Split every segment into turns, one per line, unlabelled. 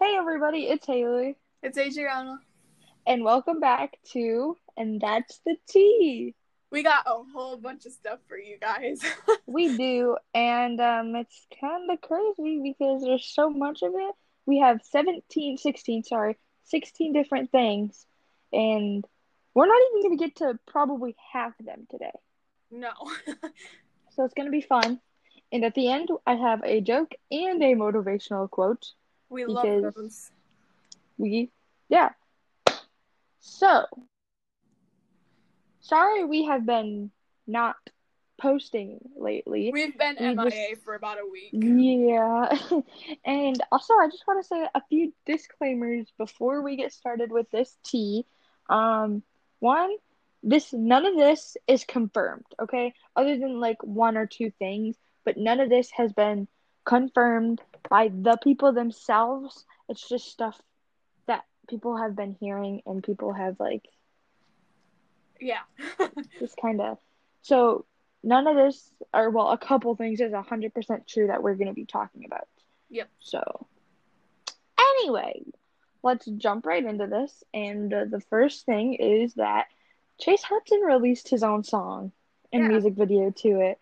Hey everybody, it's Haley,
It's Adriana.
and welcome back to and that's the tea
We got a whole bunch of stuff for you guys.
we do, and um, it's kind of crazy because there's so much of it. We have 17, 16, sorry, 16 different things, and we're not even going to get to probably half of them today.
no.
So it's going to be fun. And at the end, I have a joke and a motivational quote.
We
Because-
love those.
We, yeah. So, sorry we have been not posting lately.
We've been
we
MIA
just- Mm-hmm.
for about a week.
Yeah. and also, I just want to say a few disclaimers before we get started with this tea. Um, one, this none of this is confirmed, okay? Other than like one or two things, but none of this has been confirmed by the people themselves. It's just stuff that people have been hearing and people have like
Yeah.
just kind of so none of this or well a couple things is 100% true that we're going to be talking about
Yep.
so anyway let's jump right into this and uh, the first thing is that chase hudson released his own song and
Yeah.
music video to it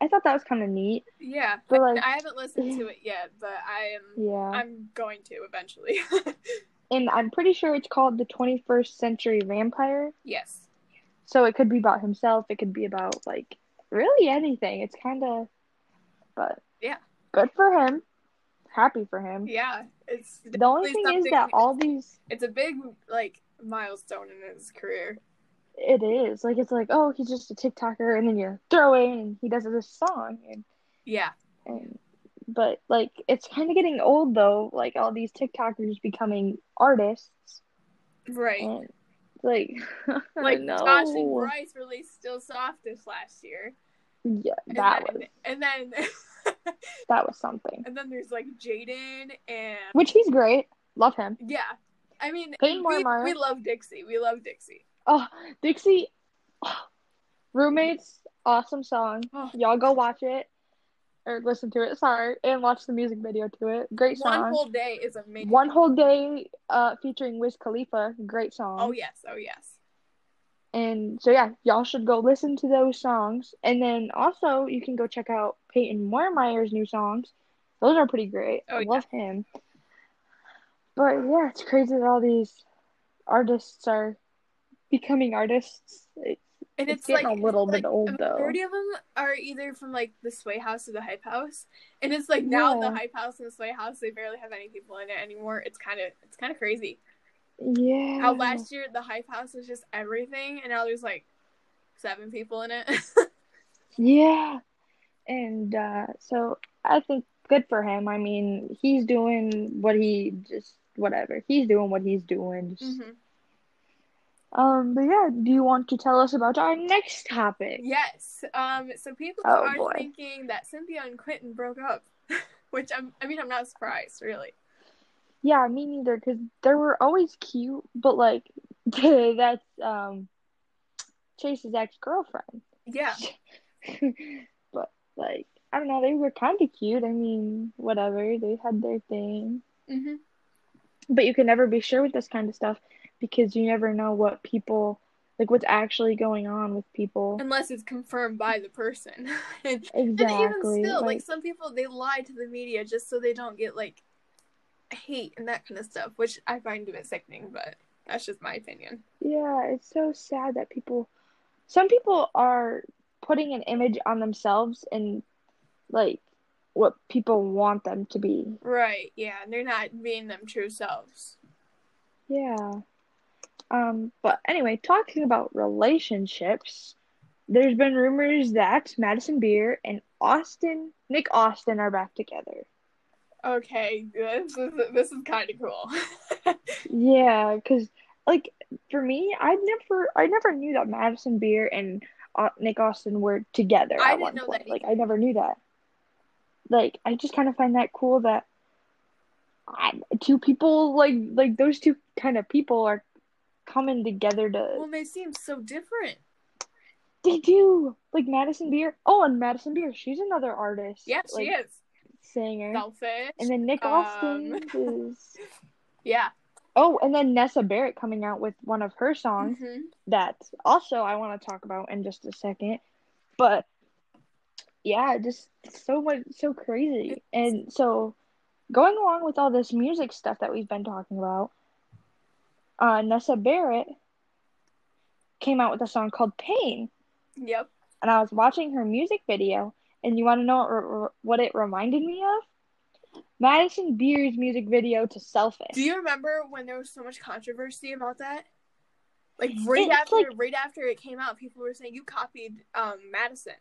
i thought that was kind of neat
yeah.
But,
I-
like-
I haven't listened to it yet, but I am
yeah
I'm going to eventually.
and i'm pretty sure it's called the 21st century vampire
yes.
So it could be about himself. It could be about like really anything. It's kind of, but
Yeah.
good for him. Happy for him.
Yeah. It's
the only
definitely
thing is
something-
that all these,
it's a big like milestone in his career.
it is like it's like oh he's just a TikToker, and then you throw in and he does this song, and,
Yeah.
and but like it's kind of getting old though. Like all these TikTokers becoming artists,
Right.
and like Mm, I
Like
know.
Tosh and Bryce released Still Soft this last year.
Yeah,
And
that
then,
was
and then
that was something.
And then there's like Jaden and
Which he's great. Love him.
yeah. I mean,
Peyton
we,
Mormire.
we love Dixie. We love Dixie.
Oh, Dixie, oh, roommates, awesome song.
Oh.
Y'all go watch it or listen to it. Sorry, and watch the music video to it. Great song.
One whole day is amazing.
One whole day, uh, featuring Wiz Khalifa. Great song.
Oh yes, oh yes.
And so yeah, y'all should go listen to those songs. And then also you can go check out Peyton Mormeyer's new songs. Those are pretty great.
Oh,
I
yeah.
love him. But yeah, it's crazy that all these artists are becoming artists. It's
And
It's
it's,
getting
like
a little
like,
bit old,
a
though.
majority of them are either from like the Sway House or the Hype House, and it's like now
Yeah.
the Hype House and the Sway House they barely have any people in it anymore. It's kind of it's kind of crazy.
Yeah.
How last year the Hype House was just everything, and now there's like seven people in it.
Yeah. And uh, so I think good for him. I mean, he's doing what he just whatever. He's doing what he's doing. Just-
Mhm. Mm-hmm.
Um, but yeah, do you want to tell us about our next topic?
Yes. Um. So people
Oh,
are
boy.
thinking that Cynthia and Quentin broke up, which I'm. I mean, I'm not surprised, really.
Yeah, me neither, because they were always cute, but like that's um Chase's ex-girlfriend.
Yeah.
but like I don't know, they were kind of cute. I mean, whatever. They had their thing.
Mm-hmm.
but you can never be sure with this kind of stuff because you never know what people like what's actually going on with people
Unless it's confirmed by the person, and, and
exactly
even still, like,
like,
some people, they lie to the media just so they don't get like hate and that kind of stuff, which I find a bit sickening. But that's just my opinion.
yeah it's so sad that people some people are putting an image on themselves and like what people want them to be
Right. Yeah. And they're not being them true selves.
yeah um but anyway talking about relationships there's been rumors that madison beer and austin nick austin are back together
Okay. This is this is kind of cool.
Yeah, because like for me, I never, I never knew that Madison Beer and uh, Nick Austin were together at
I didn't
one
know that
point. Like
either.
I never knew that. Like I just kind of find that cool that I, two people like like those two kind of people are coming together to.
well, they seem so different.
they do like Madison Beer. Oh, and Madison Beer, she's another artist.
Yes, she
like,
is.
Singer.
Selfish.
And then Nick
Um,
Austin is
Yeah.
Oh, and then Nessa Barrett coming out with one of her songs
hmm
that also I want to talk about in just a second. But yeah, just so much, so crazy. And so going along with all this music stuff that we've been talking about, uh, Nessa Barrett came out with a song called Pain.
Yep.
And I was watching her music video, and you want to know what, re- what it reminded me of? Madison Beer's music video to Selfish.
Do you remember when there was so much controversy about that? Like
It's
right after,
like-
right after it came out, people were saying you copied um, Madison.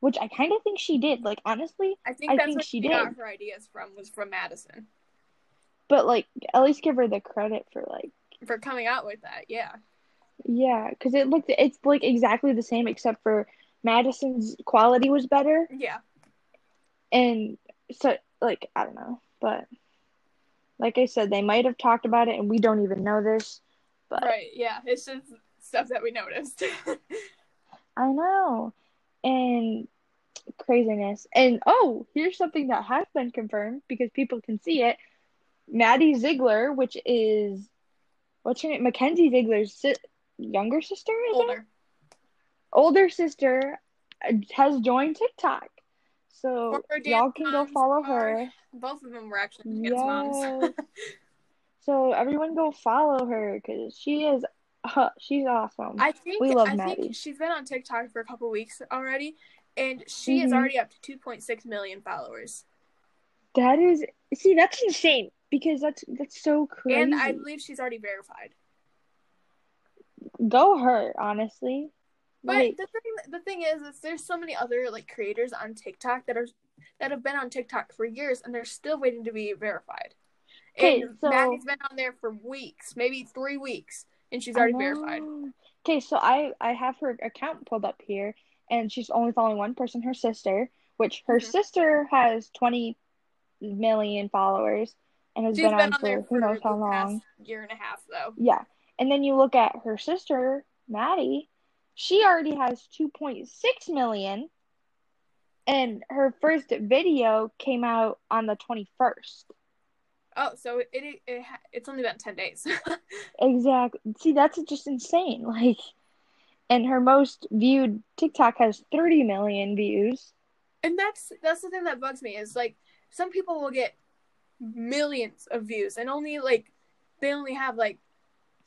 which I kind of think she did. Like, honestly,
I think
I
that's
think
where
she
she got
did.
her ideas from was from Madison
but like, at least give her the credit for like.
for coming out with that. Yeah.
Yeah, because it looked it's like exactly the same except for Madison's quality was better
Yeah.
and so like I don't know, but like I said, they might have talked about it and we don't even know this. But
Right. Yeah. It's just stuff that we noticed.
I know. And craziness. And oh, here's something that has been confirmed because people can see it. Maddie Ziegler, which is what's her name? Mackenzie Ziegler's si- younger sister, I think?
Older.
older sister uh, has joined TikTok. So
Former dance
y'all can go
moms
follow
are-
her.
Both of them were actually dance moms.
Yes. so everyone go follow her because she is uh, she's awesome.
I think
We love
I
Maddie.
think she's been on TikTok for a couple weeks already, and she is
Mhm.
already up to two point six million followers.
that is see that's insane because that's that's so crazy.
And I believe she's already verified.
go her honestly.
But
like
the thing the thing is, is there's so many other like creators on TikTok that are that have been on TikTok for years and they're still waiting to be verified.
Okay,
and
so-
Maddie's been on there for weeks, maybe three weeks, and she's already verified.
Oh. Okay, so I I have her account pulled up here, and she's only following one person, her sister, which her
Mhm.
sister has twenty million followers and has
She's
been, on, for
there
who
for
knows how
the past
long.
year and a half though.
Yeah, and then you look at her sister Maddie, she already has two point six million, and her first video came out on the twenty first.
Oh, so it, it, it ha- it's only been ten days.
Exactly. See, that's just insane. Like, and her most viewed TikTok has 30 million views.
and that's that's the thing that bugs me is like some people will get millions of views and only like they only have like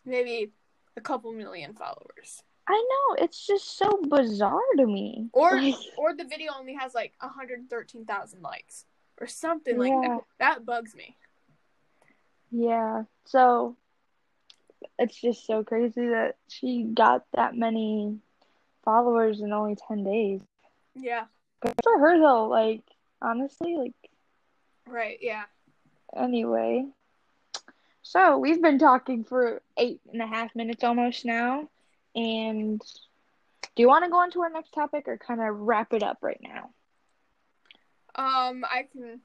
maybe a couple million followers
I know. It's just so bizarre to me.
or
Like,
or the video only has like 113,000 likes or something like
Yeah.
that that bugs me
yeah. So it's just so crazy that she got that many followers in only 10 days.
yeah
Good for her, though. Like, honestly, like,
right yeah
anyway. So we've been talking for eight and a half minutes almost now. And do you want to go on to our next topic or kind of wrap it up right now?
um i can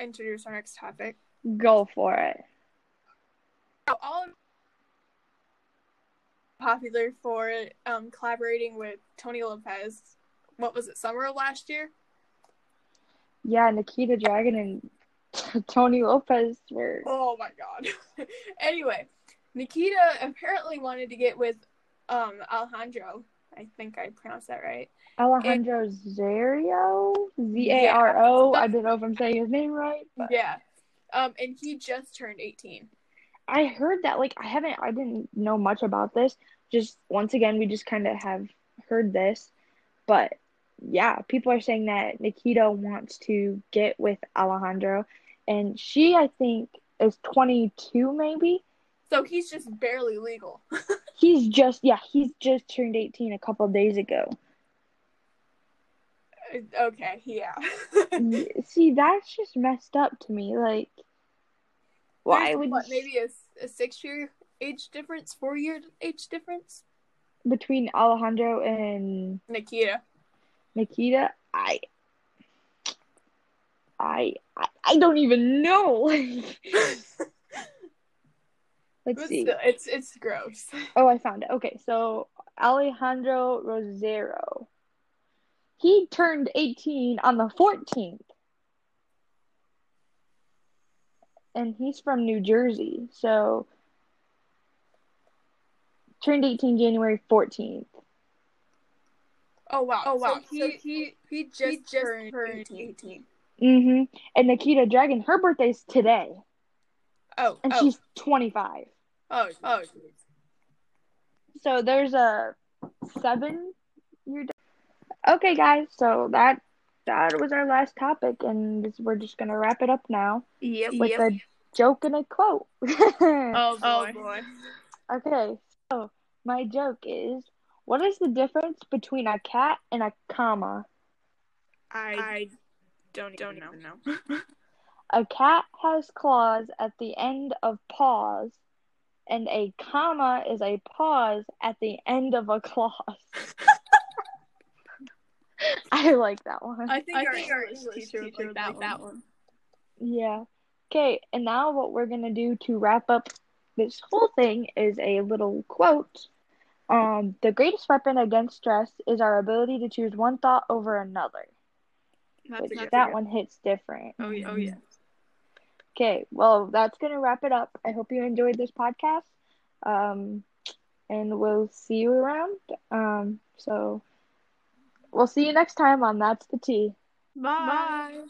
introduce our next topic
Go for it.
so all of- popular for um collaborating with tony lopez what was it summer of last year
Yeah, Nikita Dragon and Tony Lopez were.
Oh my god. anyway, Nikita apparently wanted to get with um Alejandro. I think I pronounced that right.
Alejandro Zario? Z A R O? I don't know if I'm saying his name right. But
Yeah. Um and he just turned 18.
I heard that, like, I haven't, I didn't know much about this. Just once again, we just kind of have heard this. But yeah, people are saying that Nikita wants to get with Alejandro. And she, I think, is 22, maybe.
So he's just barely legal.
He's just, yeah, he's just turned 18 a couple of days ago.
okay, yeah.
Y- See, that's just messed up to me. Like, why
There's,
would
what,
sh-
maybe a, a 6-year age difference, 4-year age difference?
between Alejandro and
Nikita.
Nikita, I, I, I, I don't even know. Let's
But
see.
still, it's it's gross.
Oh, I found it. Okay, so Alejandro Rosero. He turned 18 on the 14th. and he's from New Jersey. So turned 18 January 14th.
Oh wow!
Oh, wow.
So he
So
he,
he-
he just
he just
turned,
turned
18.
18.
Mhm. And Nikita Dragon, her birthday's today,
Oh
and
oh,
she's 25.
oh
Oh,
oh
So there's a 7 year Okay, guys. So that that was our last topic and this, we're just going to wrap it up now
yep
with
yep.
a joke and a quote.
Oh
Oh,
boy.
boy.
Okay, so my joke is what is the difference between a cat and a comma?
I
I don't
don't
don't
even
know.
know.
A cat has claws at the end of paws, and a comma is a pause at the end of a clause. I like that one.
I think
I
our
think our English teacher would like that one.
Yeah. Okay, and now what we're gonna do to wrap up this whole thing is a little quote. Um, the greatest weapon against stress is our ability to choose one thought over another.
That's
Which
a good
that one hits different.
Oh, yeah.
Oh yeah.
Okay, well that's gonna wrap it up. I hope you enjoyed this podcast. Um, and we'll see you around. Um, so we'll see you next time on That's the Tea.
Bye.